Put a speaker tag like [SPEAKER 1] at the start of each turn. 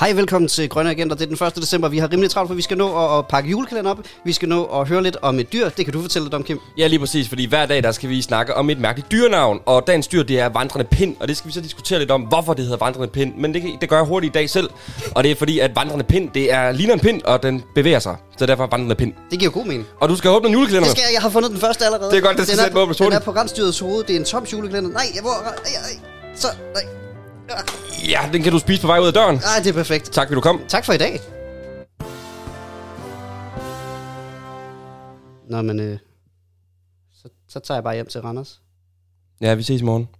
[SPEAKER 1] Hej, velkommen til Grønne Agenter. Det er den 1. december. Vi har rimelig travlt, for vi skal nå at, at pakke julekalenderen op. Vi skal nå at høre lidt om et dyr. Det kan du fortælle lidt om, Kim.
[SPEAKER 2] Ja, lige præcis, fordi hver dag der skal vi snakke om et mærkeligt dyrenavn, og dagens dyr det er vandrende pind, og det skal vi så diskutere lidt om, hvorfor det hedder vandrende pind, men det, kan- det gør jeg hurtigt i dag selv, og det er fordi, at vandrende pind, det er ligner en pind, og den bevæger sig, så derfor er vandrende pind.
[SPEAKER 1] Det giver god mening.
[SPEAKER 2] Og du skal åbne en julekalender.
[SPEAKER 1] Det skal jeg. Jeg har fundet den første allerede.
[SPEAKER 2] Det er godt, det skal
[SPEAKER 1] den
[SPEAKER 2] sætte mig op på
[SPEAKER 1] Den
[SPEAKER 2] solen.
[SPEAKER 1] er programstyrets hoved. Det er en tom julekalender. Nej, jeg hvor... Ej, ej. Så... Nej.
[SPEAKER 2] Ja, den kan du spise på vej ud af døren.
[SPEAKER 1] Ej, Ah, det er perfekt.
[SPEAKER 2] Tak, fordi du kom.
[SPEAKER 1] Tak for i dag. Nå, men... Øh, så, så tager jeg bare hjem til Randers.
[SPEAKER 2] Ja, vi ses i morgen.